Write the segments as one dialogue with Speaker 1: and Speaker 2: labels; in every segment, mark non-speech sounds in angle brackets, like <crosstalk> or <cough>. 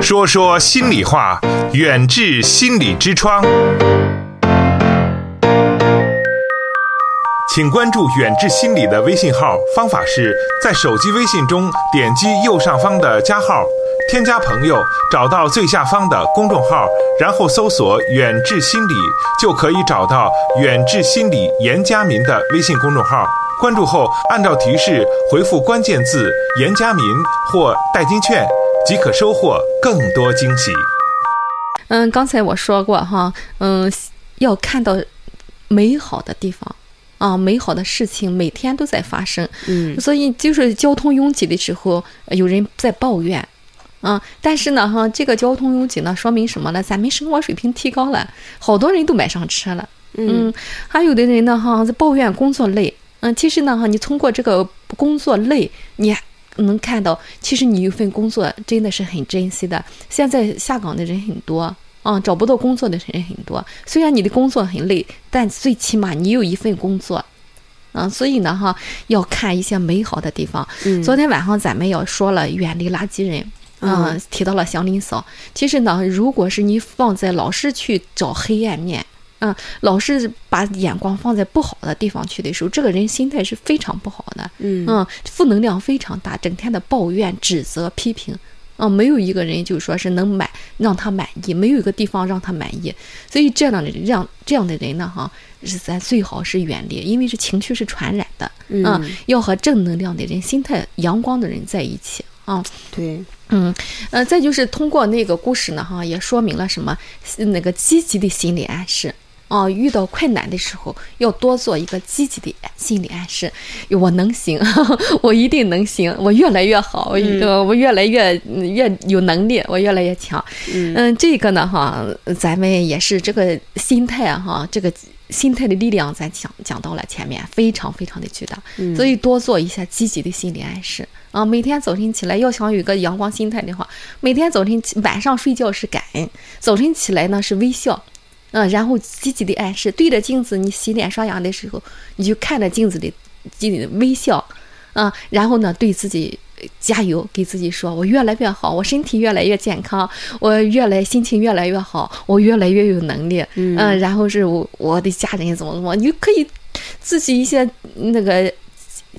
Speaker 1: 说说心里话，远至心理之窗。请关注远志心理的微信号，方法是在手机微信中点击右上方的加号，添加朋友，找到最下方的公众号，然后搜索“远志心理”，就可以找到远志心理严家民的微信公众号。关注后，按照提示回复关键字“严家民”或“代金券”，即可收获更多惊喜。
Speaker 2: 嗯，刚才我说过哈，嗯，要看到美好的地方。啊，美好的事情每天都在发生，
Speaker 3: 嗯
Speaker 2: 所以就是交通拥挤的时候，呃有人在抱怨，啊，但是呢，哈，这个交通拥挤呢，说明什么呢？咱们生活水平提高了，好多人都买上车了，嗯，还有的人呢，哈，在抱怨工作累，嗯，其实呢，哈，你通过这个工作累，你还能看到，其实你有份工作真的是很珍惜的。现在下岗的人很多。啊，找不到工作的人很多。虽然你的工作很累，但最起码你有一份工作，啊，所以呢，哈，要看一些美好的地方。
Speaker 3: 嗯
Speaker 2: 昨天晚上咱们也说了远离垃圾人，啊、提到了祥林嫂。其实呢，如果是你放在老是去找黑暗面，嗯，老是把眼光放在不好的地方去的时候，这个人心态是非常不好的，
Speaker 3: 嗯
Speaker 2: 嗯，负能量非常大，整天的抱怨、指责、批评。啊、没有一个人就说是能满让他满意，没有一个地方让他满意，所以这样的人，让这样的人呢，哈，是咱最好是远离，因为这情绪是传染的，
Speaker 3: 嗯
Speaker 2: 啊，要和正能量的人、心态阳光的人在一起啊。
Speaker 3: 对，
Speaker 2: 嗯，呃，再就是通过那个故事呢，哈，也说明了什么？呃那个积极的心理暗示啊、遇到困难的时候要多做一个积极的心理暗示，我能行， <laughs> 我一定能行，我越来越好，我、呃我越来越嗯越有能力，我越来越强。嗯、这个呢，哈，呃咱们也是这个心态啊哈，这个。心态的力量，咱讲讲到了前面，非常非常的巨大，所以多做一下积极的心理暗示啊！每天早晨起来，要想有一个阳光心态的话，每天早晨起晚上睡觉是感恩，早晨起来呢是微笑，嗯，然后积极的暗示，对着镜子，你洗脸刷牙的时候，你就看着镜子里自己的微笑，啊，然后呢，对自己呃加油，给自己说，我越来越好，我身体越来越健康，我越来心情越来越好，我越来越有能力，嗯，然后是我我的家人怎么怎么，你就可以自己一些那个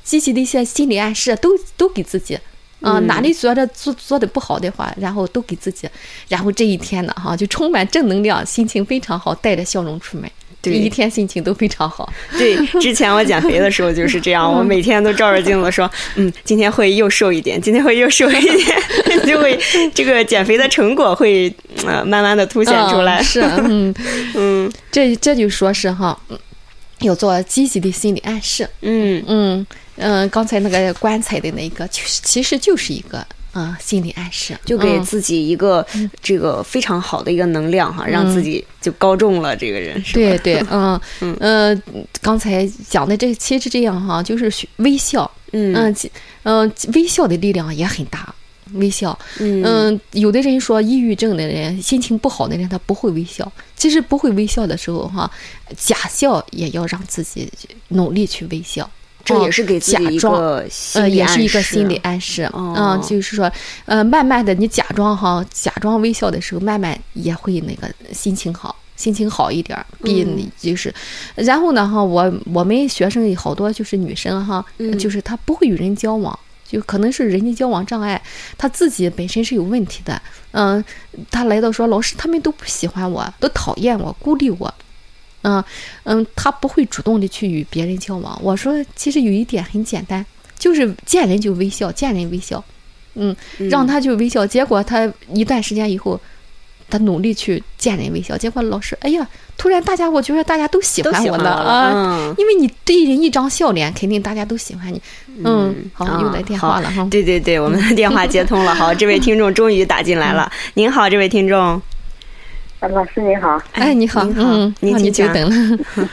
Speaker 2: 积极的一些心理暗示都都给自己。啊、
Speaker 3: 嗯
Speaker 2: 哪里觉得做做的不好的话，然后都给自己，然后这一天呢，哈、就充满正能量，心情非常好，带着笑容出门，
Speaker 3: 对
Speaker 2: 一天心情都非常好。
Speaker 3: 对，之前我减肥的时候就是
Speaker 2: 嗯
Speaker 3: 这样，我每天都照着镜子说，嗯，今天会又瘦一点，今天会又瘦
Speaker 2: <laughs>
Speaker 3: 一点，就会这个减肥的成果会呃慢慢的凸显出来
Speaker 2: 嗯、。是，
Speaker 3: <laughs>
Speaker 2: 嗯，
Speaker 3: 嗯
Speaker 2: 这这就说是哈，嗯要做积极的心理暗示。
Speaker 3: 嗯
Speaker 2: 嗯嗯、刚才那个棺材的那一个，其实其实就是一个嗯心理暗示，
Speaker 3: 就给
Speaker 2: 嗯嗯
Speaker 3: 自己一个这个非常好的一个能量哈，让自己就高中了这个人。是吧
Speaker 2: 对
Speaker 3: <laughs>
Speaker 2: 对，嗯嗯、呃，刚才讲的这其实这样哈，就是学微笑，
Speaker 3: 嗯
Speaker 2: 嗯嗯、微笑的力量也很大。微笑，
Speaker 3: 嗯
Speaker 2: 嗯、有的人说抑郁症的人、心情不好的人，他不会微笑。其实不会微笑的时候，哈，假笑也要让自己努力去微笑。
Speaker 3: 这也
Speaker 2: 嗯
Speaker 3: 是给自己
Speaker 2: 假
Speaker 3: 一
Speaker 2: 装
Speaker 3: 个心
Speaker 2: 呃，
Speaker 3: 理
Speaker 2: 也是一
Speaker 3: 暗
Speaker 2: 个
Speaker 3: 示啊
Speaker 2: 心理暗示，嗯、
Speaker 3: 哦
Speaker 2: 就是说，呃，慢慢的，你假装哈，假装微笑的时候，慢慢也会那个心情好，心情好一点儿，比
Speaker 3: 嗯
Speaker 2: 你就是，然后呢哈，我我们学生有好多就是女生哈，
Speaker 3: 嗯
Speaker 2: 就是她不会与人交往。就可能是人际交往障碍，她自己本身是有问题的。嗯，她来到说，老师他们都不喜欢我，都讨厌我，孤立我。嗯嗯，他不会主动的去与别人交往。我说，其实有一点很简单，就是见人就微笑，见人微笑，嗯，让他去微笑。结果他一段时间以后，他努力去见人微笑，结果老师，哎呀，突然大家我觉得大家都喜
Speaker 3: 都
Speaker 2: 欢
Speaker 3: 喜
Speaker 2: 我
Speaker 3: 欢
Speaker 2: 了啊。
Speaker 3: 嗯
Speaker 2: 因为你对人一张笑脸，肯定大家都喜欢你。嗯，好，
Speaker 3: 啊
Speaker 2: 又来电话了
Speaker 3: 好
Speaker 2: 哈。
Speaker 3: 对对对，我们的电话接通了。好，这位听众终于打进来了。
Speaker 2: 嗯
Speaker 3: 您好，这位听众。
Speaker 4: 啊，老师您好，
Speaker 2: 哎，你好，
Speaker 3: 您好
Speaker 2: 嗯，
Speaker 3: 您
Speaker 2: 让你久
Speaker 3: 请讲
Speaker 2: 等了。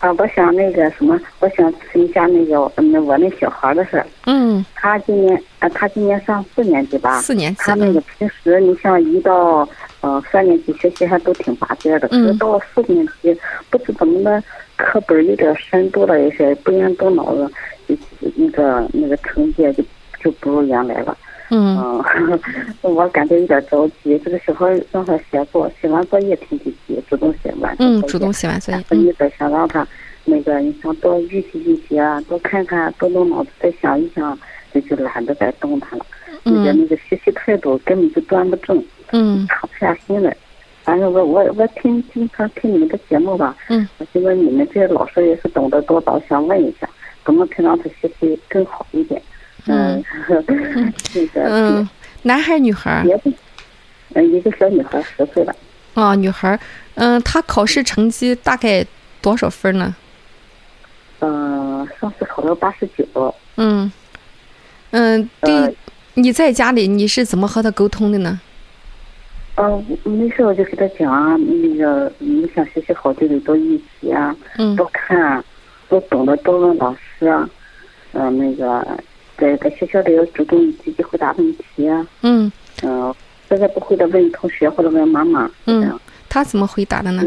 Speaker 4: 啊，我想那个什么，我想咨询一下那个嗯我那小孩的事儿。
Speaker 2: 嗯，
Speaker 4: 他今年啊，他今年上四年级吧？
Speaker 2: 四年级
Speaker 4: 啊他，那个平时，你像一到呃三年级学习还都挺拔尖的，可是
Speaker 2: 嗯
Speaker 4: 到了四年级，不知怎么的，课本有点深度了一些，不然动脑子，就那个那个成绩就就不如原来了。
Speaker 2: 嗯
Speaker 4: 嗯， <laughs> 我感觉有点着急。这个小孩让他写作，写完作业挺积极，主动写完作业。
Speaker 2: 嗯，主动写完作业，
Speaker 4: 所
Speaker 2: 嗯
Speaker 4: 以得想让他那个，你想多预习预习啊，多看看，多动脑子再想一想，这就懒得再动弹了。
Speaker 2: 嗯
Speaker 4: 你的那个学习态度根本就端不正，
Speaker 2: 嗯
Speaker 4: 躺不下心来。反正我我我听经常听你们的节目吧，
Speaker 2: 嗯，
Speaker 4: 我觉得你们这些老师也是懂得多少，想问一下，怎么才让他学习更好一点？
Speaker 2: 嗯， <laughs>
Speaker 4: 那个
Speaker 2: 嗯，男孩儿女孩儿
Speaker 4: 别别的，嗯，一个小女孩十岁了，
Speaker 2: 啊，女孩儿，嗯，她考试成绩大概多少分呢？
Speaker 4: 嗯、上次考了八十九，
Speaker 2: 嗯嗯，
Speaker 4: 呃
Speaker 2: 对，你在家里你是怎么和她沟通的呢？
Speaker 4: 嗯，没事我就给他讲啊，那个你想学习好就得多预习啊，
Speaker 2: 嗯
Speaker 4: 多看啊，多懂得多问老师啊，嗯、那个在在学校里要主动积极回答问题啊，
Speaker 2: 嗯
Speaker 4: 嗯、实在不会的问同学或者问妈妈，这
Speaker 2: 嗯
Speaker 4: 样，
Speaker 2: 她怎么回答的呢？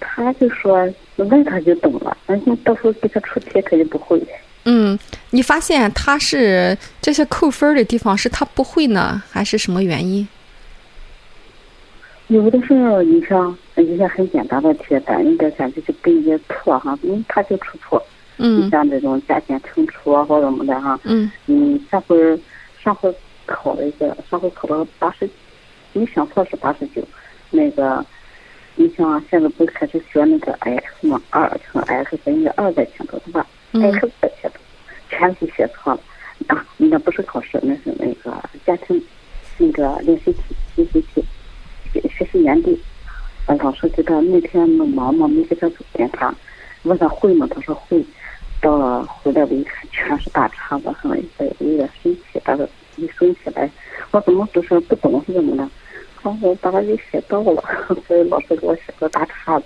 Speaker 4: 他就说问他就懂了，然后到时候给他出题他就不会，
Speaker 2: 嗯，你发现她是这些扣分儿的地方是她不会呢，还是什么原因？
Speaker 4: 有的时候，你像一些很简单的题，咱应该感觉就被一些错哈，嗯，他就出错。你
Speaker 2: 嗯
Speaker 4: 像这种加减乘除啊或者什么的哈，
Speaker 2: 嗯
Speaker 4: 嗯，上回上回考了一个，上回考了八十，没想错是八十九，那个，你像现在不是开始学那个 x 嘛，二乘 x 等于二在前头，对吧、
Speaker 2: 嗯
Speaker 4: x 在前头，全是写错了啊，那不是考试，那是那个家庭那个练习题练习题学学习年度，啊，老师给他那天忙嘛，没给他检查，问他会吗？他说会。到了回来我一看，全是大叉子，很有有点生气，但是一生起来，我怎么就是不懂是怎么的？然后我把它给写到了， <laughs> 所以老师给我写个大叉子。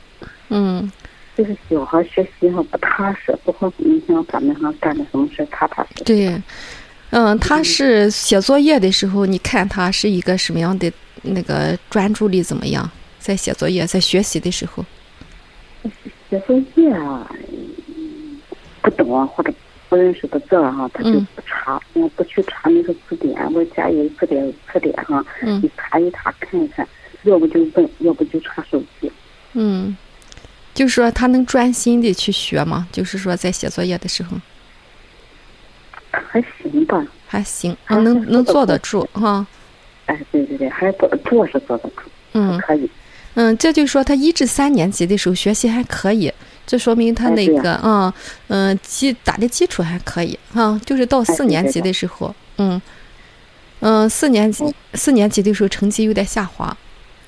Speaker 2: 嗯
Speaker 4: 就是小孩学习哈不踏实，不会你像咱们哈干的什么事踏踏实实。
Speaker 2: 对，嗯，他是写作业的时候，你看他是一个什么样的那个专注力怎么样，在写作业，在学习的时候，
Speaker 4: 写作业啊，嗯不懂啊或者不认识的字儿哈、他就
Speaker 2: 嗯
Speaker 4: 不查，嗯、不去查那个字典，我家有字典有词典哈、
Speaker 2: 嗯
Speaker 4: 你查一查看一看，要不就问，要不就查手机。
Speaker 2: 嗯，就是说他能专心的去学吗？就是说在写作业的时候
Speaker 4: 还行吧，
Speaker 2: 还行，
Speaker 4: 还是
Speaker 2: 能能
Speaker 4: 做
Speaker 2: 坐
Speaker 4: 得
Speaker 2: 得
Speaker 4: 住
Speaker 2: 住哈，
Speaker 4: 哎，对对对，还做做是做得住，
Speaker 2: 嗯。
Speaker 4: 可以。
Speaker 2: 嗯，这就是说他一至三年级的时候学习还可以，这说明他
Speaker 4: 哎
Speaker 2: 那
Speaker 4: 对呀
Speaker 2: 个啊，嗯，基打的基础还可以啊。就是到
Speaker 4: 哎
Speaker 2: 四
Speaker 4: 对
Speaker 2: 年
Speaker 4: 对
Speaker 2: 级
Speaker 4: 哎对哦
Speaker 2: 的时候，嗯嗯，四年级四年级的时候成绩有点下滑，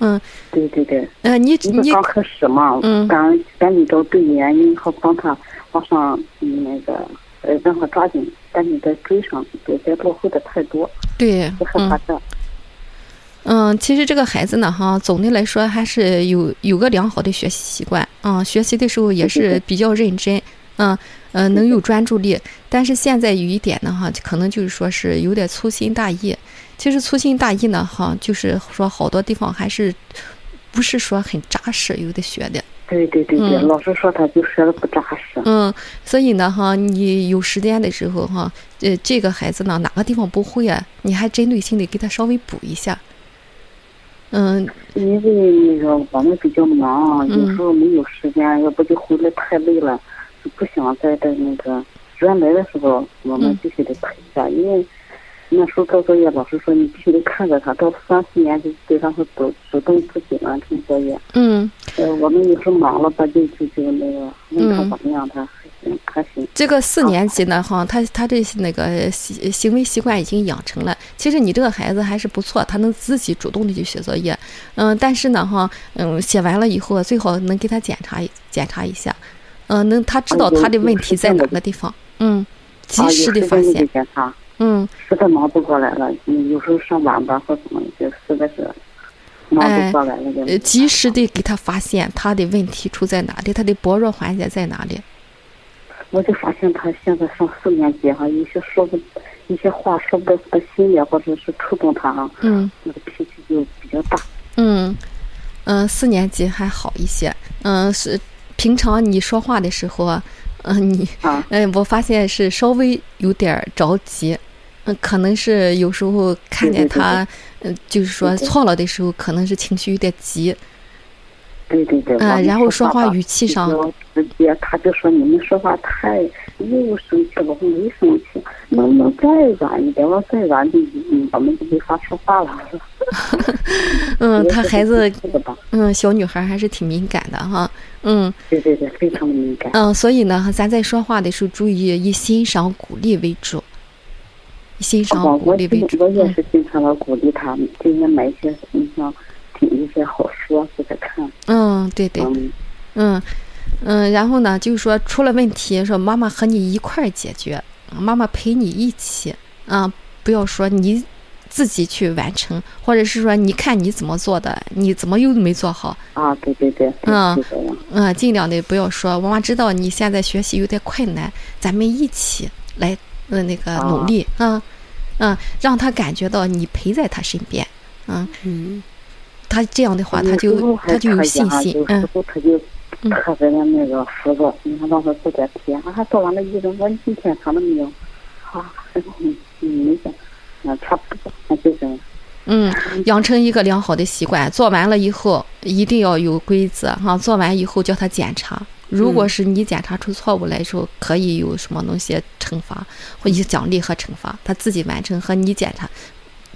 Speaker 2: 嗯
Speaker 4: 对对对，
Speaker 2: 呃，你
Speaker 4: 一个
Speaker 2: 你
Speaker 4: 刚开始嘛，
Speaker 2: 嗯
Speaker 4: 咱赶紧找对原因，好帮他往上嗯那个呃，让他抓紧，赶紧再追上，别别落后的太多，
Speaker 2: 对
Speaker 4: 就害
Speaker 2: 嗯
Speaker 4: 怕这。
Speaker 2: 嗯，其实这个孩子呢，哈，总的来说还是有有个良好的学习习惯啊、学习的时候也
Speaker 4: 对对
Speaker 2: 是比较认真，嗯呃，能有专注力。但是现在有一点呢，哈，可能就是说是有点粗心大意。其实粗心大意呢，哈，就是说好多地方还是不是说很扎实，有的学的。
Speaker 4: 对对对对，
Speaker 2: 嗯
Speaker 4: 老师说他就学的不扎实。
Speaker 2: 嗯，所以呢，哈，你有时间的时候，哈，呃，这个孩子呢，哪个地方不会啊，你还针对性的给他稍微补一下。嗯，
Speaker 4: 因为那个我们比较忙，啊
Speaker 2: 嗯
Speaker 4: 有时候没有时间，要不就回来太累了，就不想再在那个原来的时候，我们
Speaker 2: 嗯
Speaker 4: 必须得陪一下，因为那时候做作业，老师说你必须得看着他，到三四年就得让他主主动自己完成作业。
Speaker 2: 嗯。
Speaker 4: 呃，我们有时候忙了吧，就就就那个问他
Speaker 2: 嗯
Speaker 4: 怎么样，他还行还行。
Speaker 2: 这个四年级呢，哈，他他这那个习行为习惯已经养成了。其实你这个孩子还是不错，他能自己主动的去写作业，嗯，但是呢，哈，嗯，写完了以后啊，最好能给他检查一检查一下，嗯，能他知道他的问题在哪个地方，嗯，及
Speaker 4: 啊，有
Speaker 2: 时
Speaker 4: 时
Speaker 2: 的
Speaker 4: 间
Speaker 2: 发
Speaker 4: 就得
Speaker 2: 现，
Speaker 4: 检查，
Speaker 2: 嗯，
Speaker 4: 实在忙不过来了，嗯，有时候上晚班或怎么，就实在是忙
Speaker 2: 哎
Speaker 4: 不过来了。就
Speaker 2: 呃，及时的给他发现他的问题出在哪里，他的薄弱环节在哪里，
Speaker 4: 我就发现他现在上四年级哈，有些说不，一些话说不到心里，或者是触动他啊，
Speaker 2: 嗯。
Speaker 4: 那个脾气就比较大。
Speaker 2: 嗯，嗯，四年级还好一些。嗯，是平常你说话的时候啊，嗯，你
Speaker 4: 啊，
Speaker 2: 嗯，我发现是稍微有点儿着急。嗯，可能是有时候看见
Speaker 4: 对对对
Speaker 2: 他，嗯，就是说错了的时候，可能是情绪有点急，
Speaker 4: 对对对，
Speaker 2: 嗯，
Speaker 4: 我
Speaker 2: 然后
Speaker 4: 们
Speaker 2: 说话语气
Speaker 4: 比
Speaker 2: 上，
Speaker 4: 较直接，他就说你们说话太又生气了，我说没生气，能不能再软一点？我再软就嗯我们就没法说话了。
Speaker 2: 嗯，
Speaker 4: 我
Speaker 2: 他
Speaker 4: 说
Speaker 2: 孩子，
Speaker 4: 这个吧，
Speaker 2: 嗯，小女孩还是挺敏感的哈，嗯
Speaker 4: 对对对，非常的敏感。
Speaker 2: 嗯，所以呢，咱在说话的时候注意以欣赏鼓励为主，以欣
Speaker 4: 我
Speaker 2: 赏鼓
Speaker 4: 哦我
Speaker 2: 励为
Speaker 4: 经
Speaker 2: 主，
Speaker 4: 我也
Speaker 2: 嗯
Speaker 4: 是经常的鼓励他，今天买一些你像挺一些好书给他看，
Speaker 2: 嗯，对对，
Speaker 4: 嗯，
Speaker 2: 嗯，嗯，然后呢，就是说出了问题，说妈妈和你一块儿解决，妈妈陪你一起啊，不要说你自己去完成，或者是说你看你怎么做的，你怎么又没做好，
Speaker 4: 啊，对对对，对
Speaker 2: 嗯
Speaker 4: 是这样，
Speaker 2: 嗯，尽量的不要说妈妈知道你现在学习有点困难，咱们一起来呃那个努
Speaker 4: 啊
Speaker 2: 力啊，嗯，让他感觉到你陪在他身边，嗯，
Speaker 3: 嗯，
Speaker 2: 他这样的话他
Speaker 4: 有时候
Speaker 2: 就
Speaker 4: 嗯还
Speaker 2: 他就有
Speaker 4: 可以
Speaker 2: 信
Speaker 4: 啊
Speaker 2: 心
Speaker 4: 有，
Speaker 2: 嗯
Speaker 4: 时。候他就
Speaker 2: 嗯
Speaker 4: 特别的那个浮躁，你看让他做点题啊，做完了一整，我说你检查了没有？啊，嗯，嗯没检查，啊，差不多，那就是
Speaker 2: 嗯，养成一个良好的习惯，做完了以后一定要有规则哈、做完以后叫他检查，如果是你检查出错误来时候，可以有什么东西惩罚或以奖励和惩罚，他自己完成和你检查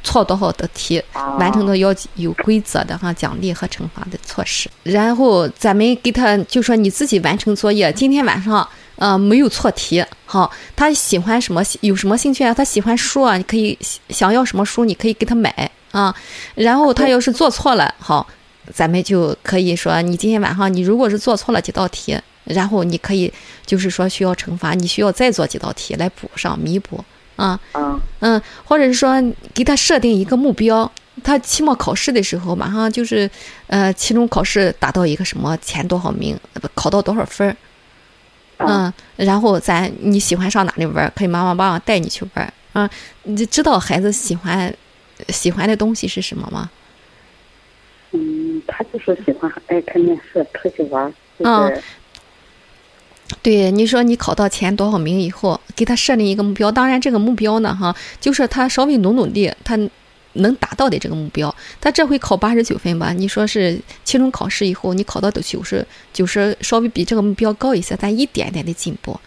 Speaker 2: 错多少的题，
Speaker 4: 啊，
Speaker 2: 完成的要有规则的哈，奖励和惩罚的措施。然后咱们给他就说你自己完成作业，今天晚上呃没有错题哈。他喜欢什么有什么兴趣啊？他喜欢书啊，你可以想要什么书，你可以给他买啊。然后他要是做错了，好，咱们就可以说你今天晚上你如果是做错了几道题，然后你可以就是说需要惩罚，你需要再做几道题来补上弥补啊。
Speaker 4: 啊，
Speaker 2: 嗯，或者是说给他设定一个目标，他期末考试的时候马上就是，呃，期中考试达到一个什么前多少名，呃不考到多少分儿，
Speaker 4: 啊
Speaker 2: 嗯，然后咱你喜欢上哪里玩儿，可以妈妈帮我带你去玩儿啊，你就知道孩子喜欢喜欢的东西是什么吗？
Speaker 4: 嗯，他就是喜欢爱看电视，出去玩，就
Speaker 2: 嗯
Speaker 4: 是
Speaker 2: 对，你说你考到前多少名以后，给他设定一个目标。当然，这个目标呢，哈，就是他稍微努努力，他能达到的这个目标。他这回考八十九分吧，你说是期中考试以后，你考到九十，九十稍微比这个目标高一些，咱一点一点的进步。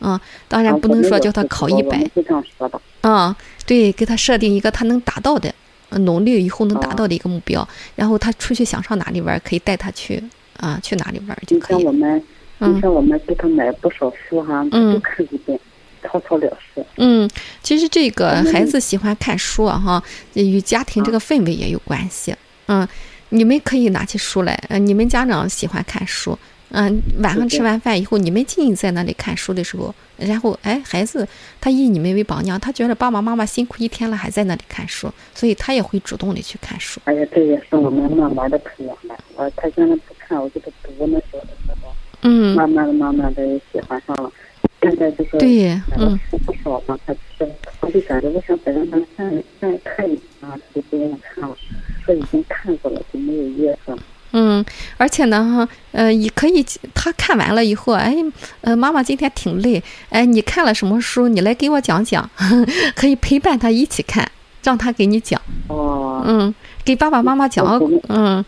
Speaker 2: 嗯，当然
Speaker 4: 啊
Speaker 2: 不能
Speaker 4: 我
Speaker 2: 说
Speaker 4: 们
Speaker 2: 叫
Speaker 4: 有
Speaker 2: 他
Speaker 4: 时
Speaker 2: 考
Speaker 4: 候
Speaker 2: 一
Speaker 4: 我
Speaker 2: 百
Speaker 4: 们，就这样说的，
Speaker 2: 啊、对，给他设定一个他能达到的，呃努力以后能达
Speaker 4: 哦
Speaker 2: 到的一个目标。然后他出去想上哪里玩儿，可以带他去啊、去哪里玩儿就
Speaker 4: 你
Speaker 2: 可
Speaker 4: 像
Speaker 2: 以
Speaker 4: 我。们，
Speaker 2: 嗯
Speaker 4: 你像我们给他买不少书哈，他
Speaker 2: 嗯
Speaker 4: 就看一遍，草草了事。
Speaker 2: 嗯，其实这个
Speaker 4: 我们
Speaker 2: 孩
Speaker 4: 也
Speaker 2: 子喜欢看书啊，哈，与家庭这个氛围也有关系。嗯，你们可以拿起书来，呃，你们家长喜欢看书，嗯，晚上
Speaker 4: 是的
Speaker 2: 吃完饭以后，你们静静在那里看书的时候，然后哎，孩子他以你们为榜样，他觉得爸爸妈妈辛苦一天了，还在那里看书，所以他也会主动的去看书。
Speaker 4: 哎呀，这也是我们慢慢的培养的。我他现在不看，我就不读那时候的时候，
Speaker 2: 嗯，
Speaker 4: 慢慢的、慢慢的喜欢上了。现在就是
Speaker 2: 对，
Speaker 4: 买
Speaker 2: 嗯
Speaker 4: 了。书不少嘛，他就是我就感觉我想再让他看再看一遍啊，就不愿意看了。说已经看过了，就没有意思了。
Speaker 2: 嗯，而且呢，哈，呃，也可以，他看完了以后，哎，呃，妈妈今天挺累，哎，你看了什么书？你来给我讲讲， <laughs> 可以陪伴他一起看，让他给你讲，
Speaker 4: 哦，
Speaker 2: 嗯，给爸爸妈妈讲
Speaker 4: 我们，
Speaker 2: 嗯，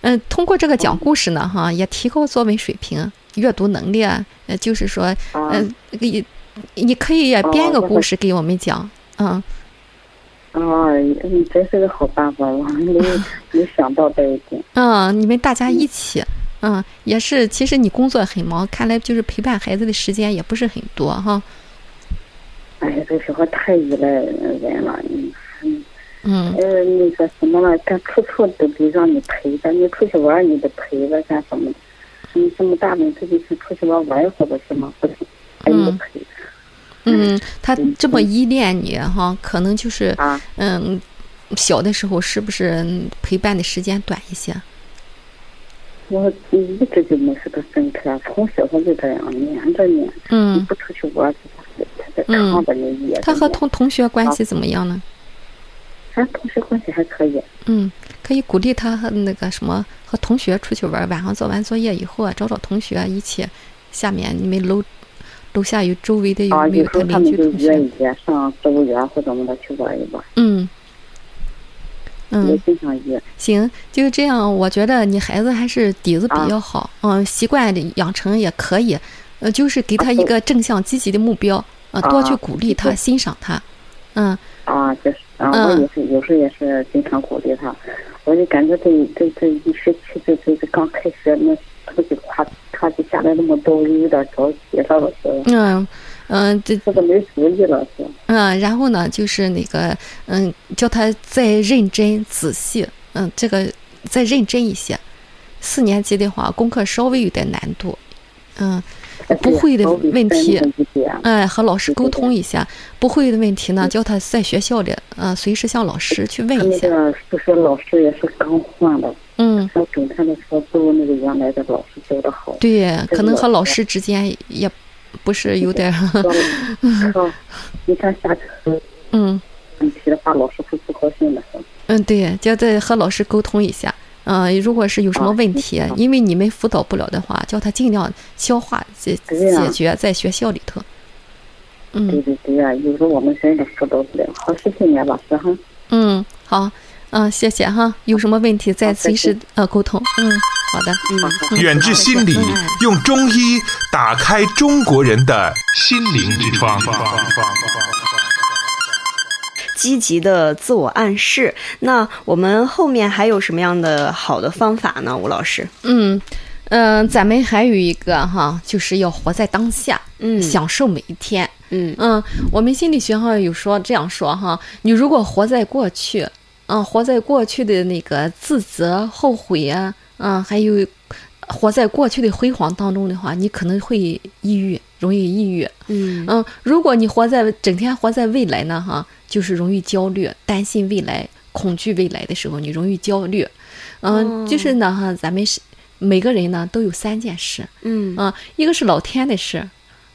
Speaker 2: 嗯，通过这个讲故事呢，哈，也提高作文水平、阅读能力啊，呃，就是说，
Speaker 4: 啊
Speaker 2: 嗯、呃，你你可以也编个
Speaker 4: 哦我
Speaker 2: 故事给我们讲，嗯，呃
Speaker 4: 啊，你真是个好办法，我 <laughs> 没有没想到这一点。
Speaker 2: 嗯，你们大家一起，嗯，也是。其实你工作很忙，看来就是陪伴孩子的时间也不是很多哈。
Speaker 4: 哎呀，这时候太依赖人了，你。嗯
Speaker 2: 嗯
Speaker 4: 呃，那个什么了，咱处处都得让你陪着，你出去玩儿你得陪着干什么的？你这么大了，你自己去出去玩儿玩一会儿不行吗？不行，还得
Speaker 2: 嗯
Speaker 4: 陪
Speaker 2: 嗯，他
Speaker 4: 嗯
Speaker 2: 这么依恋你哈，可能就是
Speaker 4: 啊。
Speaker 2: 嗯，小的时候是不是嗯陪伴的时间短一些？
Speaker 4: 我一直就没和他分开，啊从小他就这样黏着你，你
Speaker 2: 嗯，
Speaker 4: 不出去玩儿，他他在炕着你也着你。
Speaker 2: 他和同同学关系怎么样呢？
Speaker 4: 咱同学关系还可以，
Speaker 2: 嗯，可以鼓励他和那个什么和同啊学出去玩儿，晚上做完作业以后啊，找找同学一起，下面你们搂楼下有周围的有
Speaker 4: 啊，
Speaker 2: 没有
Speaker 4: 有时
Speaker 2: 他
Speaker 4: 候他
Speaker 2: 邻
Speaker 4: 们
Speaker 2: 居同
Speaker 4: 就啊约
Speaker 2: 学？
Speaker 4: 一约，上植物园或者我们的去玩一玩，
Speaker 2: 嗯，
Speaker 4: 也
Speaker 2: 嗯，
Speaker 4: 经常约。
Speaker 2: 行，就这样。我觉得你孩子还是底子比较好，嗯，习惯养成也可以，呃，就是给他一个正向积极的目标，呃，多去鼓励他，欣赏他，嗯
Speaker 4: 啊，就是啊，
Speaker 2: 嗯
Speaker 4: 我也是，有时候也是经常鼓励他。我就感觉这这这一学期，这这这刚开学，那成绩夸夸就下来那么多，我有点着急了，我觉得
Speaker 2: 嗯嗯，这
Speaker 4: 这个没主意了，是。
Speaker 2: 嗯，然后呢，就是那个，嗯，叫他再认真仔细，嗯，这个再认真一些。四年级的话，功课稍微有点难度，嗯，不会的问题，哎，和老师沟通一下。不会的问题
Speaker 4: 嗯
Speaker 2: 呢，叫他在学校里，嗯、随时向老师去
Speaker 4: 他
Speaker 2: 问一
Speaker 4: 那
Speaker 2: 下。
Speaker 4: 个数学老师也是刚换的，
Speaker 2: 嗯，。
Speaker 4: 我总看的说不如那个原来的老师教的好
Speaker 2: 嗯对，
Speaker 4: 这
Speaker 2: 可能
Speaker 4: 个
Speaker 2: 和老师之间也不是有点儿， <laughs>
Speaker 4: 说说，你看下次
Speaker 2: 嗯。
Speaker 4: 问题的话，老师会不高兴的。是吧
Speaker 2: 嗯，对，就再和老师沟通一下。嗯、如果是有什么问题，
Speaker 4: 啊
Speaker 2: 因为你们辅导不了的话，叫他尽量消化解
Speaker 4: 对呀
Speaker 2: 解决在学校里头。
Speaker 4: 对
Speaker 2: 嗯
Speaker 4: 对对呀、有时候我们真的辅导不了。好，谢谢你啊，老师哈。
Speaker 2: 嗯，好，嗯、谢谢哈。有什么问题再
Speaker 4: 好再
Speaker 2: 随
Speaker 4: 见
Speaker 2: 时呃沟通。嗯，好的，
Speaker 4: 好
Speaker 2: 嗯，
Speaker 4: 好。
Speaker 1: <laughs> 远志心理用中医打开中国人的心灵之窗。
Speaker 3: 积极的自我暗示。那我们后面还有什么样的好的方法呢？吴老师，
Speaker 2: 嗯嗯、咱们还有一个哈，就是要活在当下，
Speaker 3: 嗯
Speaker 2: 享受每一天。
Speaker 3: 嗯
Speaker 2: 嗯，我们心理学上有说这样说哈，你如果活在过去，嗯，活在过去的那个自责、后悔啊，嗯，还有活在过去的辉煌当中的话，你可能会抑郁，容易抑郁。
Speaker 3: 嗯
Speaker 2: 嗯，如果你活在整天活在未来呢，哈，就是容易焦虑、担心未来、恐惧未来的时候，你容易焦虑。嗯，就是呢，哈，咱们是每个人呢都有三件事，
Speaker 3: 嗯
Speaker 2: 啊，一个是老天的事，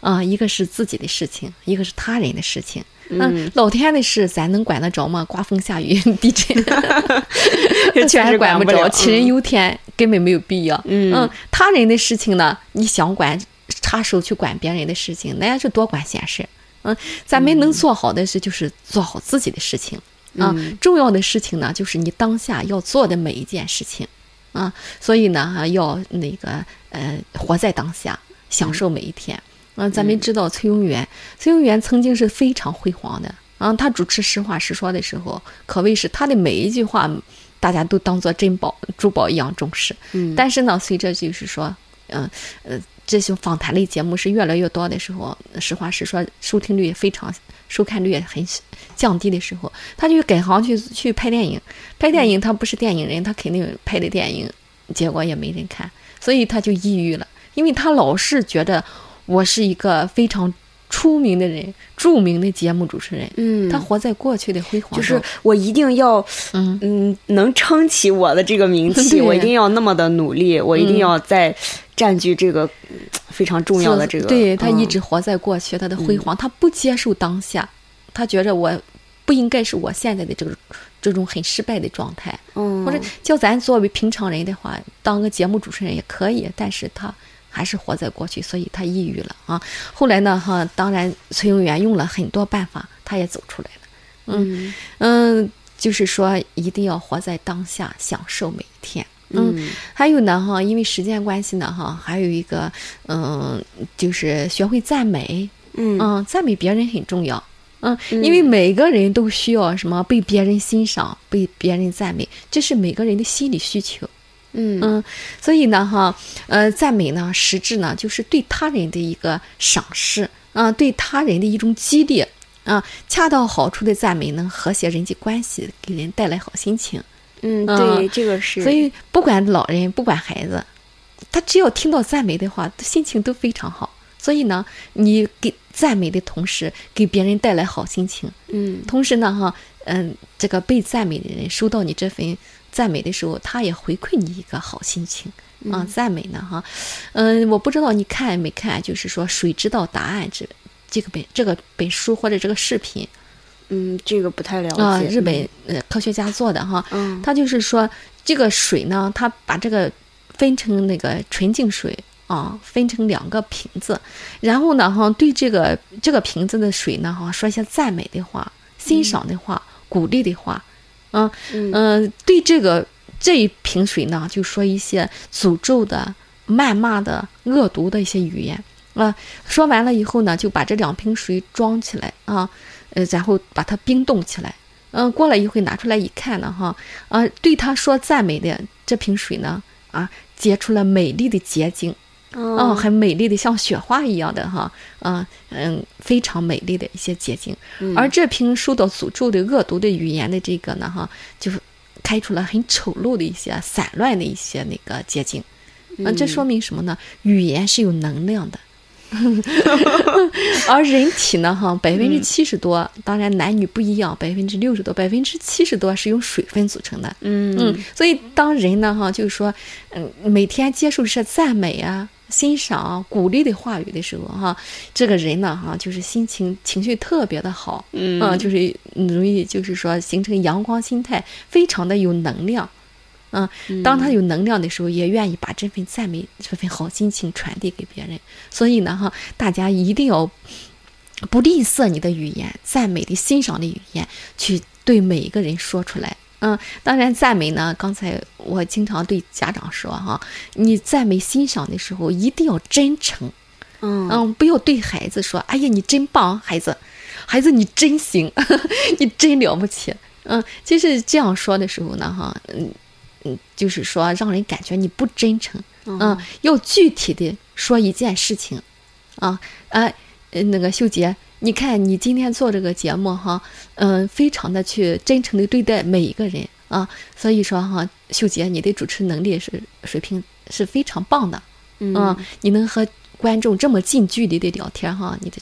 Speaker 2: 啊，一个是自己的事情，一个是他人的事情。嗯，老天的事咱能管得着吗？刮风下雨、地震，
Speaker 3: <laughs> 确实
Speaker 2: 咱管
Speaker 3: 管不
Speaker 2: 着。
Speaker 3: 了
Speaker 2: 杞人忧天根本没有必要。
Speaker 3: 嗯
Speaker 2: 他人的事情呢，你想管，插手去管别人的事情，那是多管闲事。嗯，咱们能做好的事就是做好自己的事情。啊，
Speaker 3: 嗯
Speaker 2: 重要的事情呢，就是你当下要做的每一件事情，啊，所以呢，啊要那个呃，活在当下，享受每一天。啊，咱们知道崔永元，崔永元曾经是非常辉煌的啊，他主持《实话实说》的时候，可谓是他的每一句话，大家都当做珍宝、珠宝一样重视。
Speaker 3: 嗯
Speaker 2: 但是呢，随着就是说，嗯呃这些访谈类节目是越来越多的时候，实话实说，收听率也非常，收看率也很降低的时候，他就改行去去拍电影。拍电
Speaker 3: 嗯
Speaker 2: 影他不是电影人，他肯定拍的电影，结果也没人看，所以他就抑郁了，因为他老是觉得我是一个非常出名的人，著名的节目主持人。
Speaker 3: 嗯
Speaker 2: 他活在过去的辉煌中，
Speaker 3: 就是我一定要，
Speaker 2: 嗯
Speaker 3: 嗯，能撑起我的这个名气，
Speaker 2: <laughs> 对
Speaker 3: 我一定要那么的努力，我一定要在占据这个嗯非常重要的这个。
Speaker 2: 对他一
Speaker 3: 嗯
Speaker 2: 直活在过去，他的辉煌，他不接受当下，他觉着我不应该是我现在的这个这种很失败的状态，
Speaker 3: 嗯
Speaker 2: 或者叫咱作为平常人的话，当个节目主持人也可以，但是他。还是活在过去，所以他抑郁了啊。后来呢，哈，当然崔永元用了很多办法，他也走出来了。
Speaker 3: 嗯
Speaker 2: 嗯，就是说一定要活在当下，享受每一天。嗯，还有呢哈，因为时间关系呢哈，还有一个嗯，就是学会赞美，
Speaker 3: 嗯
Speaker 2: 嗯，赞美别人很重要。嗯，因为每个人都需要什么被别人欣赏、被别人赞美，这是每个人的心理需求。
Speaker 3: 嗯
Speaker 2: 嗯，所以呢，哈，呃，赞美呢，实质呢，就是对他人的一个赏识，啊、对他人的一种激励，啊、恰到好处的赞美能和谐人际关系，给人带来好心情。
Speaker 3: 嗯，
Speaker 2: 嗯
Speaker 3: 对，这个是。
Speaker 2: 所以，不管老人，不管孩子，他只要听到赞美的话，心情都非常好。所以呢，你给赞美的同时，给别人带来好心情，
Speaker 3: 嗯
Speaker 2: 同时呢，哈，嗯，这个被赞美的人收到你这份赞美的时候，他也回馈你一个好心情
Speaker 3: 嗯
Speaker 2: 啊，赞美呢，哈，嗯，我不知道你看没看，就是说《谁知道答案》这这个本这个本书或者这个视频
Speaker 3: 嗯，这个不太了
Speaker 2: 啊、
Speaker 3: 解。
Speaker 2: 日本呃科学家做的哈，
Speaker 3: 嗯
Speaker 2: 他就是说这个水呢，他把这个分成那个纯净水啊，分成两个瓶子，然后呢哈，对这个这个瓶子的水呢哈，说一些赞美的话、欣赏的话、鼓励的话，啊，嗯、对这个这一瓶水呢，就说一些诅咒的、谩骂的、恶毒的一些语言啊、说完了以后呢，就把这两瓶水装起来啊，呃，然后把它冰冻起来。嗯，过了一会拿出来一看呢，哈，啊，对他说赞美的这瓶水呢，啊，结出了美丽的结晶，
Speaker 3: 嗯
Speaker 2: 哦，很美丽的，像雪花一样的哈，啊，嗯，非常美丽的一些结晶。而这瓶受到诅咒的恶毒的语言的这个呢，哈，就是开出了很丑陋的一些散乱的一些那个结晶。嗯，这说明什么呢？语言是有能量的。而人体呢，哈，百分之七十多，当然男女不一样，百分之六十多，百分之七十多是由水分组成的。
Speaker 3: 嗯
Speaker 2: 嗯，所以当人呢，哈，就是说，嗯，每天接受这些赞美啊、欣赏、啊、鼓励的话语的时候，哈，这个人呢，哈，就是心情情绪特别的好，
Speaker 3: 嗯
Speaker 2: 啊就是容易就是说形成阳光心态，非常的有能量。嗯，当他有能量的时候，也愿意把这份赞美、这份好心情传递给别人。所以呢，哈，大家一定要不吝啬你的语言，赞美的、欣赏的语言，去对每一个人说出来。嗯，当然，赞美呢，刚才我经常对家长说哈，你赞美、欣赏的时候一定要真诚。
Speaker 3: 嗯
Speaker 2: 嗯，不要对孩子说：“哎呀，你真棒，孩子，孩子你真行， <laughs> 你真了不起。”嗯，就是这样说的时候呢，哈，嗯嗯，就是说让人感觉你不真诚。嗯，要具体的说一件事情，啊，哎，呃那个秀杰，你看你今天做这个节目哈，嗯，非常的去真诚的对待每一个人啊，所以说哈，秀杰你的主持能力是水平是非常棒的，嗯，你能和观众这么近距离的聊天哈，你的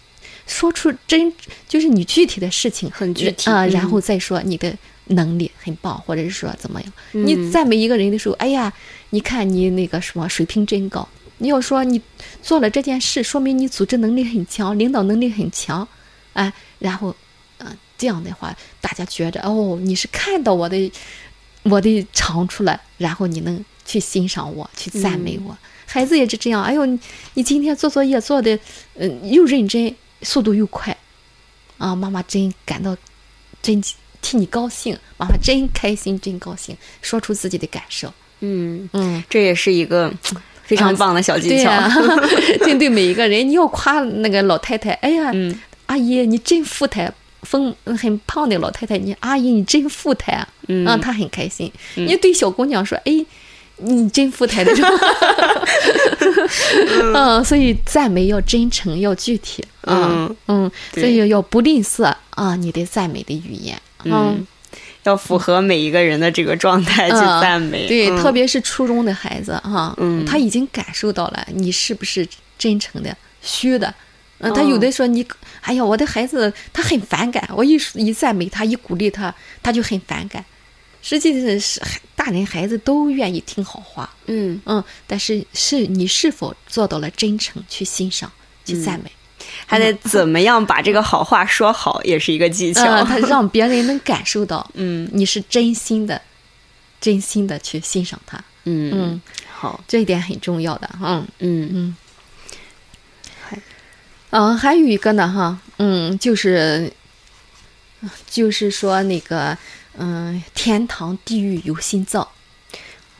Speaker 2: 说出真就是你具体的事情
Speaker 3: 很具体
Speaker 2: 啊、
Speaker 3: 嗯
Speaker 2: 然后再说你的能力很棒，或者是说怎么样。你赞美一个人的时候，哎呀，你看你那个什么水平真高。你要说你做了这件事，说明你组织能力很强，领导能力很强，哎，然后，嗯、这样的话，大家觉着哦，你是看到我的我的长处了，然后你能去欣赏我，去赞美我。孩子也是这样，哎呦，你你今天做作业做的，嗯、又认真，速度又快，啊，妈妈真感到真替你高兴，妈妈真开心，真高兴，说出自己的感受。
Speaker 3: 嗯，
Speaker 2: 嗯，
Speaker 3: 这也是一个非常棒的小技
Speaker 2: 对啊
Speaker 3: 巧。
Speaker 2: 呀、这对每一个人，你要夸那个老太太，哎呀，
Speaker 3: 嗯
Speaker 2: 阿姨你真富态，丰很胖的老太太，你阿姨你真富态啊，
Speaker 3: 嗯
Speaker 2: 啊，她很开心。你对小姑娘说，哎。你真富态的，
Speaker 3: <laughs>
Speaker 2: <laughs> 嗯，所以赞美要真诚，要具体，啊
Speaker 3: 嗯
Speaker 2: 嗯，所以要不吝啬啊，你的赞美的语言，啊
Speaker 3: 嗯， <laughs> 要符合每一个人的这个状态去
Speaker 2: 嗯
Speaker 3: 赞美。
Speaker 2: 对，
Speaker 3: 嗯
Speaker 2: 特别是初中的孩子哈，
Speaker 3: 嗯
Speaker 2: 他已经感受到了你是不是真诚的、虚的。嗯，他有的说你，哎呀，我的孩子他很反感，我一说一赞美他，一鼓励他，他就很反感。实际上是大人孩子都愿意听好话，
Speaker 3: 嗯。
Speaker 2: 嗯，但是是你是否做到了真诚去欣赏、去
Speaker 3: 嗯
Speaker 2: 赞美，
Speaker 3: 还得怎么样把这个好话说好，也是一个技巧。
Speaker 2: 嗯，他让别人能感受到，
Speaker 3: <laughs> 嗯
Speaker 2: 你是真心的、真心的去欣赏他，
Speaker 3: <laughs> 嗯
Speaker 2: 嗯，
Speaker 3: 好，
Speaker 2: 这一点很重要的，嗯。
Speaker 3: 嗯
Speaker 2: 嗯，还，嗯，还有一个呢，哈，嗯，就是，就是说那个，嗯，天堂地狱有心造，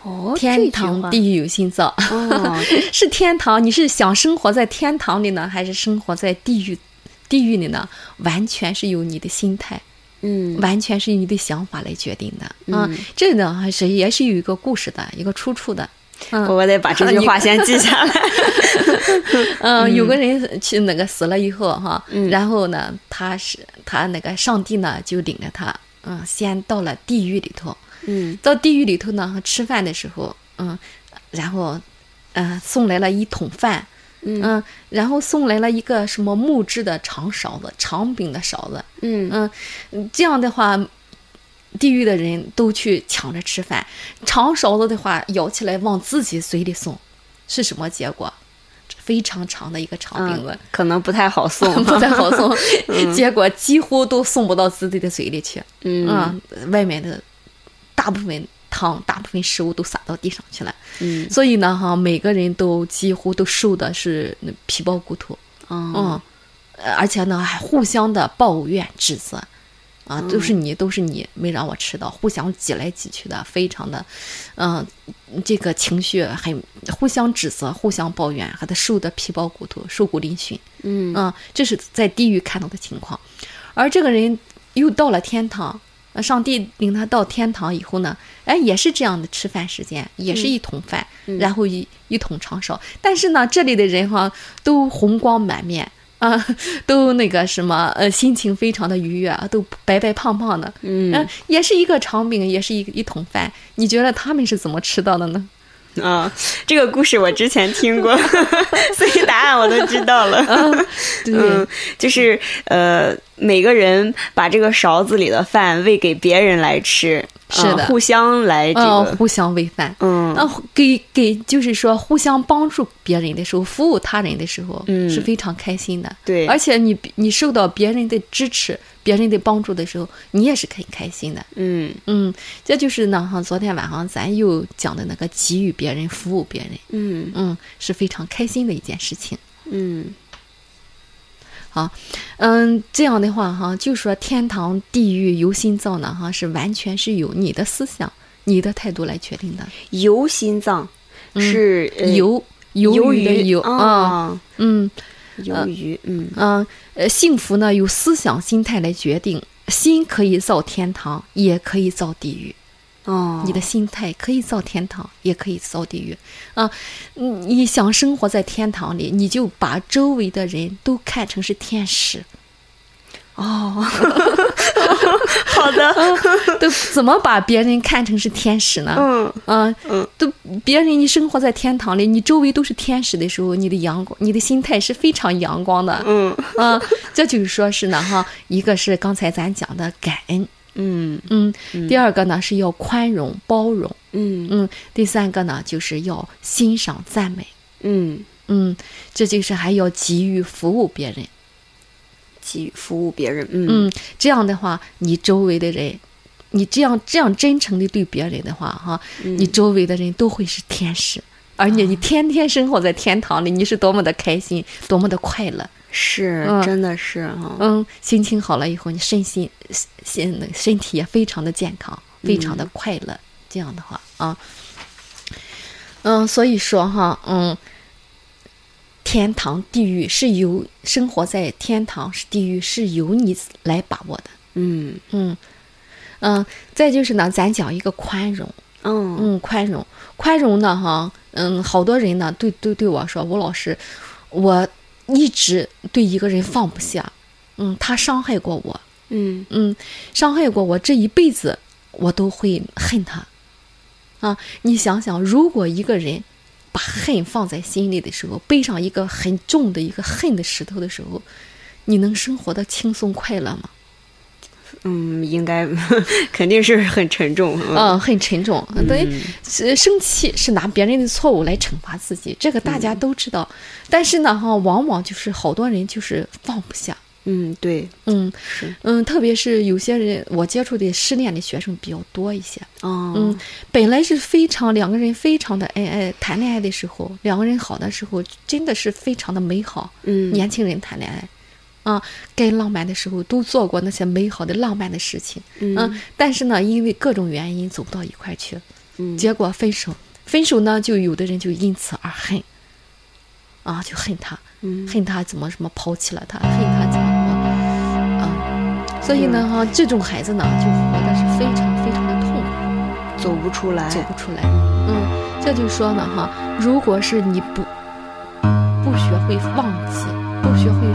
Speaker 3: 哦
Speaker 2: 天堂地狱有心造，
Speaker 3: 哦，
Speaker 2: <laughs> 是天堂，你是想生活在天堂里呢，还是生活在地狱？地狱里呢，完全是由你的心态，
Speaker 3: 嗯
Speaker 2: 完全是你的想法来决定的啊、这呢还是也是有一个故事的，一个出处的。 <laughs> 嗯，
Speaker 3: 我得把这句话先记下
Speaker 2: <laughs>
Speaker 3: 来。
Speaker 2: 嗯，有个人去那个死了以后哈，然后呢，他是他那个上帝呢就领着他，嗯，先到了地狱里头，
Speaker 3: 嗯
Speaker 2: 到地狱里头呢吃饭的时候，嗯，然后，嗯、送来了一桶饭，嗯然后送来了一个什么木质的长勺子，长柄的勺子，
Speaker 3: 嗯
Speaker 2: 嗯，这样的话，地狱的人都去抢着吃饭，长勺子的话舀起来往自己嘴里送，是什么结果？非常长的一个长柄子
Speaker 3: 嗯，，可能不太好送。
Speaker 2: <laughs> 不太好 <laughs> 送，嗯结果几乎都送不到自己的嘴里去。
Speaker 3: 嗯
Speaker 2: 嗯，外面的大部分。汤，大部分食物都洒到地上去了。
Speaker 3: 嗯
Speaker 2: 所以呢，哈，每个人都几乎都瘦的是皮包骨头，
Speaker 3: 嗯
Speaker 2: 嗯，呃而且呢还互相的抱怨指责，啊，都是你，都是你没让我吃到，互相挤来挤去的，非常的，嗯、这个情绪很互相指责、互相抱怨，还得瘦的皮包骨头、瘦骨嶙峋，
Speaker 3: 嗯
Speaker 2: 嗯，这是在地狱看到的情况。而这个人又到了天堂，呃上帝领他到天堂以后呢，哎，也是这样的吃饭时间，也是一桶饭，
Speaker 3: 嗯
Speaker 2: 然后一一桶长勺。但是呢，这里的人哈、都红光满面。啊， <laughs> 都那个什么，呃，心情非常的愉悦，啊，都白白胖胖的，
Speaker 3: 嗯
Speaker 2: 呃也是一个长饼，也是一一桶饭。你觉得他们是怎么吃到的呢？
Speaker 3: 啊，这个故事我之前听过， <laughs> 所以答案我都知道
Speaker 2: <laughs>
Speaker 3: 了。
Speaker 2: 对，
Speaker 3: 嗯，就是呃，每个人把这个勺子里的饭喂给别人来吃，
Speaker 2: 是
Speaker 3: 呃
Speaker 2: 的
Speaker 3: 互相来这
Speaker 2: 呃
Speaker 3: 个，
Speaker 2: 互相喂饭，
Speaker 3: 嗯
Speaker 2: 啊，给给就是说互相帮助别人的时候，服务他人的时候，
Speaker 3: 嗯
Speaker 2: 是非常开心的。
Speaker 3: 对
Speaker 2: 而且你你受到别人的支持、别人的帮助的时候，你也是很开心的。
Speaker 3: 嗯
Speaker 2: 嗯，这就是呢，哈，昨天晚上咱又讲的那个给予别人、服务别人，
Speaker 3: 嗯
Speaker 2: 嗯，是非常开心的一件事情。
Speaker 3: 嗯
Speaker 2: 啊，嗯，这样的话哈，就说天堂、地狱、由心造呢，哈，是完全是由你的思想、你的态度来决定的。
Speaker 3: 由心脏是呃
Speaker 2: 由嗯鱿
Speaker 3: 鱿
Speaker 2: 鱼的
Speaker 3: 鱼
Speaker 2: 鱿啊，
Speaker 3: 啊，
Speaker 2: 嗯
Speaker 3: 鱿鱼，嗯
Speaker 2: 嗯呃，幸福呢由思想心态来决定，心可以造天堂，也可以造地狱。
Speaker 3: 哦，
Speaker 2: 你的心态可以造天堂，也可以造地狱啊！你你想生活在天堂里，你就把周围的人都看成是天
Speaker 3: <laughs>
Speaker 2: 使。
Speaker 3: 哦， <laughs> 好的，
Speaker 2: <laughs> 都怎么把别人看成是天使呢？
Speaker 3: 嗯
Speaker 2: 啊，
Speaker 3: 嗯
Speaker 2: 都别人你生活在天堂里，你周围都是天使的时候，你的阳光，你的心态是非常阳光的。
Speaker 3: 嗯
Speaker 2: 啊，这就是说是呢哈，一个是刚才咱讲的感恩，
Speaker 3: 嗯
Speaker 2: 嗯，第二个呢是要宽容包容，
Speaker 3: 嗯
Speaker 2: 嗯，第三个呢就是要欣赏赞美，
Speaker 3: 嗯，
Speaker 2: 嗯，这就是还要给予服务别人，
Speaker 3: 给予服务别人，嗯
Speaker 2: 嗯，这样的话，你周围的人，你这样这样真诚的对别人的话，哈，你周围的人都会是天使，而且你天天生活在天堂里，你是多么的开心，多么的快乐。
Speaker 3: 是
Speaker 2: 嗯
Speaker 3: 真的是哈，
Speaker 2: 嗯，心情好了以后，你身心心身体也非常的健康，非常的快乐。这样的话啊，嗯，所以说哈，嗯，天堂、地狱是由生活在天堂是地狱是由你来把握的。
Speaker 3: 嗯
Speaker 2: 嗯嗯，再就是呢，咱讲一个宽容，
Speaker 3: 嗯
Speaker 2: 嗯，宽容，宽容呢，哈，嗯，好多人呢，对对对我说，吴老师，我一直对一个人放不下，嗯，他伤害过我，
Speaker 3: 嗯
Speaker 2: 嗯，伤害过我，这一辈子我都会恨他，啊，你想想，如果一个人把恨放在心里的时候，背上一个很重的一个恨的石头的时候，你能生活的轻松快乐吗？
Speaker 3: 嗯，应该 <laughs> 肯定是很沉重，嗯
Speaker 2: 嗯，很沉重。等于是生气是拿别人的错误来惩罚自己，这个大家都知道。但是呢，哈，往往就是好多人就是放不下。
Speaker 3: 嗯，对，
Speaker 2: 嗯
Speaker 3: 是
Speaker 2: 嗯，特别是有些人，我接触的失恋的学生比较多一些。
Speaker 3: 哦
Speaker 2: 嗯，本来是非常两个人非常的恩爱，谈恋爱的时候，两个人好的时候，真的是非常的美好。
Speaker 3: 嗯
Speaker 2: 年轻人谈恋爱。啊，该浪漫的时候都做过那些美好的浪漫的事情，啊
Speaker 3: 嗯
Speaker 2: 但是呢，因为各种原因走不到一块儿去，
Speaker 3: 嗯
Speaker 2: 结果分手，分手呢，就有的人就因此而恨，啊，就恨他，
Speaker 3: 嗯
Speaker 2: 恨他怎么什么抛弃了他，恨他怎么什么，啊，所以呢，哈、这种孩子呢，就活的是非常非常的痛苦，
Speaker 3: 走不出来，
Speaker 2: 走不出来，嗯，这就说呢，哈、如果是你不不学会忘记，不学会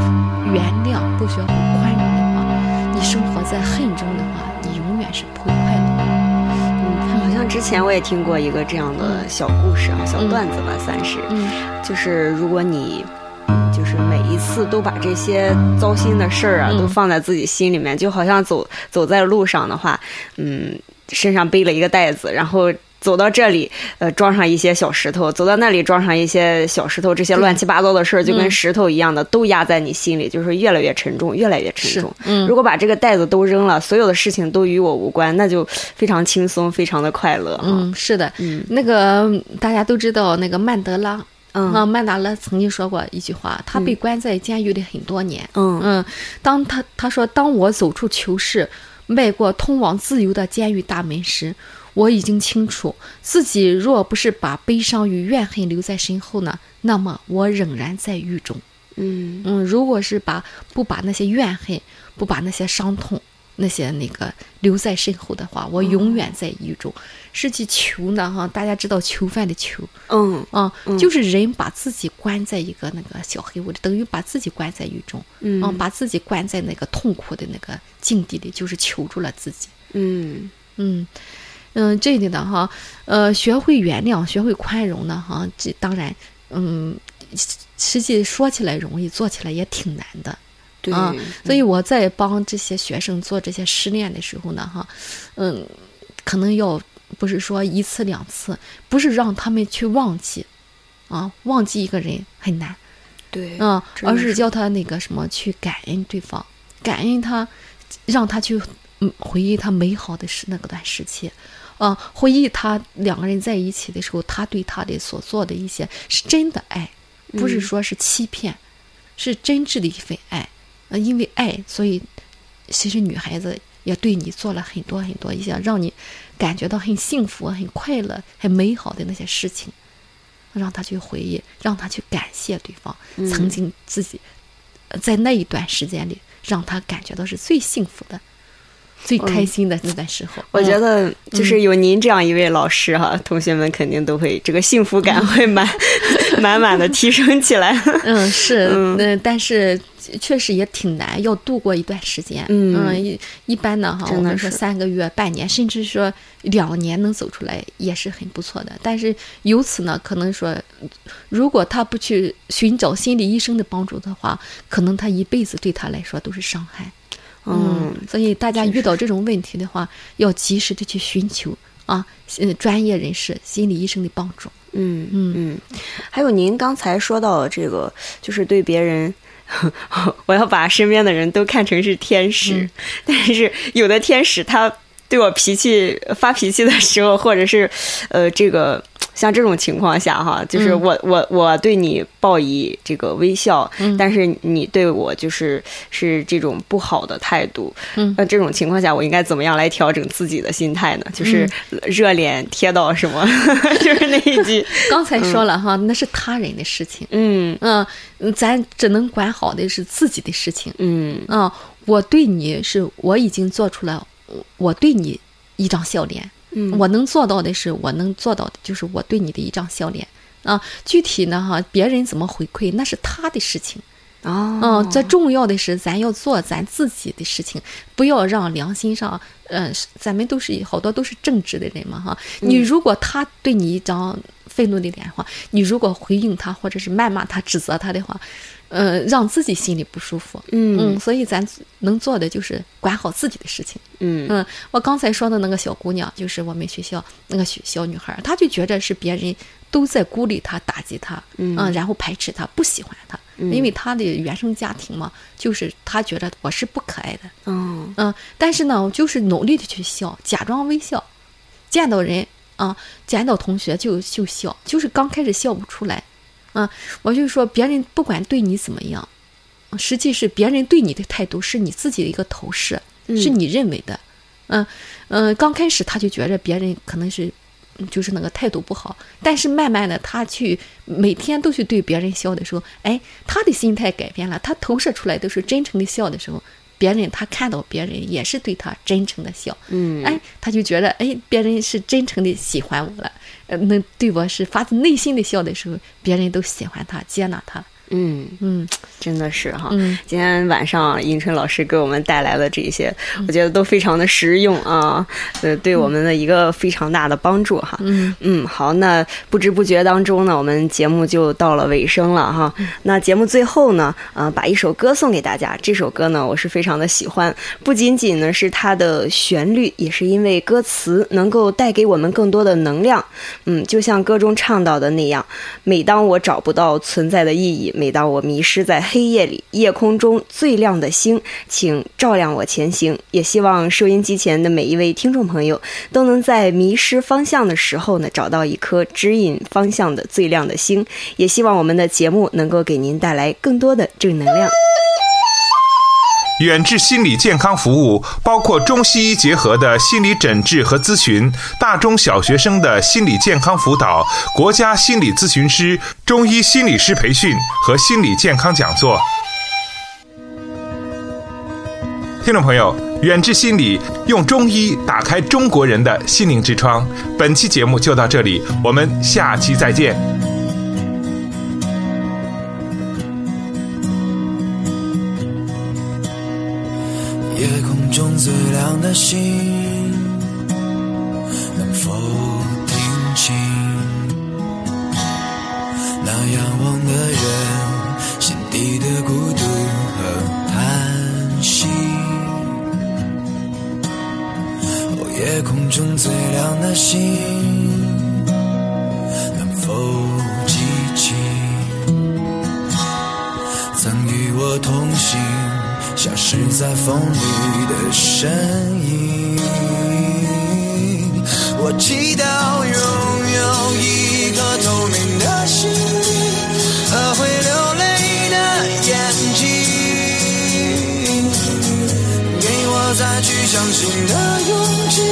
Speaker 2: 原谅，不学会宽容的话，你生活在恨中的话，你永远是不会快乐的，
Speaker 3: 嗯，好像之前我也听过一个这样的小故事啊，小段子吧，算是，
Speaker 2: 嗯
Speaker 3: 就是如果你。嗯就是每一次都把这些糟心的事儿啊，
Speaker 2: 嗯
Speaker 3: 都放在自己心里面，就好像走走在路上的话，嗯，身上背了一个袋子，然后走到这里，呃，装上一些小石头；走到那里，装上一些小石头。这些乱七八糟的事儿，就
Speaker 2: 嗯
Speaker 3: 跟石头一样的，都压在你心里，就是越来越沉重，越来越沉重。
Speaker 2: 嗯
Speaker 3: 如果把这个袋子都扔了，所有的事情都与我无关，那就非常轻松，非常的快乐。
Speaker 2: 嗯，是的，那个大家都知道，那个曼德拉，
Speaker 3: 嗯
Speaker 2: 啊，曼达勒曾经说过一句话，他被关在监狱里很多年，
Speaker 3: 嗯
Speaker 2: 嗯，当他他说，当我走出囚室，迈过通往自由的监狱大门时，我已经清楚，自己若不是把悲伤与怨恨留在身后呢，那么我仍然在狱中。
Speaker 3: 嗯
Speaker 2: 嗯，如果是把不把那些怨恨，不把那些伤痛，那些那个留在身后的话，我永远在狱中。是去囚呢哈，大家知道囚犯的囚
Speaker 3: 嗯
Speaker 2: 啊，就是人把自己关在一个那个小黑屋里，等于把自己关在狱中，
Speaker 3: 嗯
Speaker 2: 啊，把自己关在那个痛苦的那个境地里，就是囚住了自己。
Speaker 3: 嗯
Speaker 2: 嗯，嗯，这一点呢，哈，呃，学会原谅，学会宽容呢，哈，这当然，嗯，实实际说起来容易，做起来也挺难的。
Speaker 3: 对嗯
Speaker 2: 啊，所以我在帮这些学生做这些失恋的时候呢，哈，嗯，可能要不是说一次两次，不是让他们去忘记，啊，忘记一个人很难，
Speaker 3: 对
Speaker 2: 嗯，
Speaker 3: 真的
Speaker 2: 而是
Speaker 3: 是
Speaker 2: 教他那个什么去感恩对方，感恩他，让他去嗯回忆他美好的时那个段时期，啊、回忆他两个人在一起的时候，他对他的所做的一些是真的爱，不
Speaker 3: 嗯
Speaker 2: 是说是欺骗，是真挚的一份爱。呃，因为爱，所以其实女孩子也对你做了很多很多一些让你感觉到很幸福、很快乐、很美好的那些事情。让他去回忆，让他去感谢对方、
Speaker 3: 嗯
Speaker 2: 曾经自己呃在那一段时间里让他感觉到是最幸福的、最开心的那段时候。
Speaker 3: 我觉
Speaker 2: 嗯
Speaker 3: 得就是有您这样一位老师哈，同学们肯定都会这个幸福感
Speaker 2: <laughs>
Speaker 3: 会满满满的提升起来。
Speaker 2: 嗯，是，
Speaker 3: 嗯
Speaker 2: 嗯，但是确实也挺难，要度过一段时间。
Speaker 3: 嗯
Speaker 2: 一一般呢哈，
Speaker 3: 真
Speaker 2: 我
Speaker 3: 的
Speaker 2: 们说
Speaker 3: 是
Speaker 2: 三个月、半年，甚至说两年能走出来也是很不错的。但是由此呢，可能说，如果他不去寻找心理医生的帮助的话，可能他一辈子对他来说都是伤害。
Speaker 3: 嗯，
Speaker 2: 所以大家遇到这种问题的话，要及时的去寻求啊，呃专业人士、心理医生的帮助。
Speaker 3: 嗯嗯嗯，还有您刚才说到这个，就是对别人。 <laughs> 我要把身边的人都看成是天使，但是有的天使他对我脾气发脾气的时候，或者是呃这个像这种情况下哈，就是我、我我对你报以这个微笑，但是你对我就是是这种不好的态度，
Speaker 2: 嗯
Speaker 3: 那这种情况下我应该怎么样来调整自己的心态呢？就是热脸贴到什么， <laughs> 就是那一句，
Speaker 2: 刚才说了哈，那是他人的事情。
Speaker 3: 嗯
Speaker 2: 嗯，咱只能管好的是自己的事情。
Speaker 3: 嗯。
Speaker 2: 嗯，我对你是我已经做出了，我我对你一张笑脸。
Speaker 3: 嗯
Speaker 2: 我能做到的是，我能做到的就是我对你的一张笑脸。啊，具体呢哈，别人怎么回馈那是他的事情。
Speaker 3: 哦，
Speaker 2: 嗯，最重要的是咱要做咱自己的事情，不要让良心上，嗯、是咱们都是好多都是正直的人嘛哈。
Speaker 3: 嗯
Speaker 2: 你如果他对你一张愤怒的脸的话，你如果回应他或者是谩骂他、指责他的话，呃，让自己心里不舒服。
Speaker 3: 嗯
Speaker 2: 所以咱能做的就是管好自己的事情。
Speaker 3: 嗯
Speaker 2: 嗯，我刚才说的那个小姑娘，就是我们学校那个小小女孩儿，她就觉着是别人都在孤立她、打击她，嗯然后排斥她、不喜欢她，因为她的原生家庭嘛，就是她觉得我是不可爱的，
Speaker 3: 嗯
Speaker 2: 嗯，但是呢，我就是努力的去笑，假装微笑，见到人啊，见到同学就就笑，就是刚开始笑不出来，啊，我就说别人不管对你怎么样，啊实际是别人对你的态度是你自己的一个投射，是你认为的，嗯嗯、呃刚开始他就觉着别人可能是。嗯就是那个态度不好，但是慢慢的，他去每天都去对别人笑的时候，哎，他的心态改变了，他投射出来都是真诚的笑的时候，别人他看到别人也是对他真诚的笑，
Speaker 3: 嗯
Speaker 2: 哎，他就觉得哎，别人是真诚的喜欢我了，呃，那对我是发自内心的笑的时候，别人都喜欢他、接纳他，
Speaker 3: 嗯，
Speaker 2: 嗯
Speaker 3: 真的是哈。
Speaker 2: 嗯
Speaker 3: 今天晚上迎春老师给我们带来的这些，我觉得都非常的实用啊，呃，对我们的一个非常大的帮助哈。
Speaker 2: 嗯，
Speaker 3: 嗯，好，那不知不觉当中呢，我们节目就到了尾声了哈。那节目最后呢，呃，把一首歌送给大家。这首歌呢，我是非常的喜欢，不仅仅呢是它的旋律，也是因为歌词能够带给我们更多的能量。嗯，就像歌中唱到的那样，每当我找不到存在的意义，每当我迷失在黑夜里，夜空中最亮的星，请照亮我前行。也希望收音机前的每一位听众朋友，都能在迷失方向的时候呢，找到一颗指引方向的最亮的星。也希望我们的节目能够给您带来更多的正能量。
Speaker 1: 远志心理健康服务包括中西医结合的心理诊治和咨询，大中小学生的心理健康辅导，国家心理咨询师、中医心理师培训和心理健康讲座。听众朋友，远志心理用中医打开中国人的心灵之窗。本期节目就到这里，我们下期再见。
Speaker 5: 夜空中最亮的星，能否听清？那仰望的人心底的孤独和叹息。哦，夜空中最亮的星，能否记起？曾与我同行，消失在风里的身影。我祈祷拥有一颗透明的心和会流泪的眼睛，给我再去相信的勇气，哦哦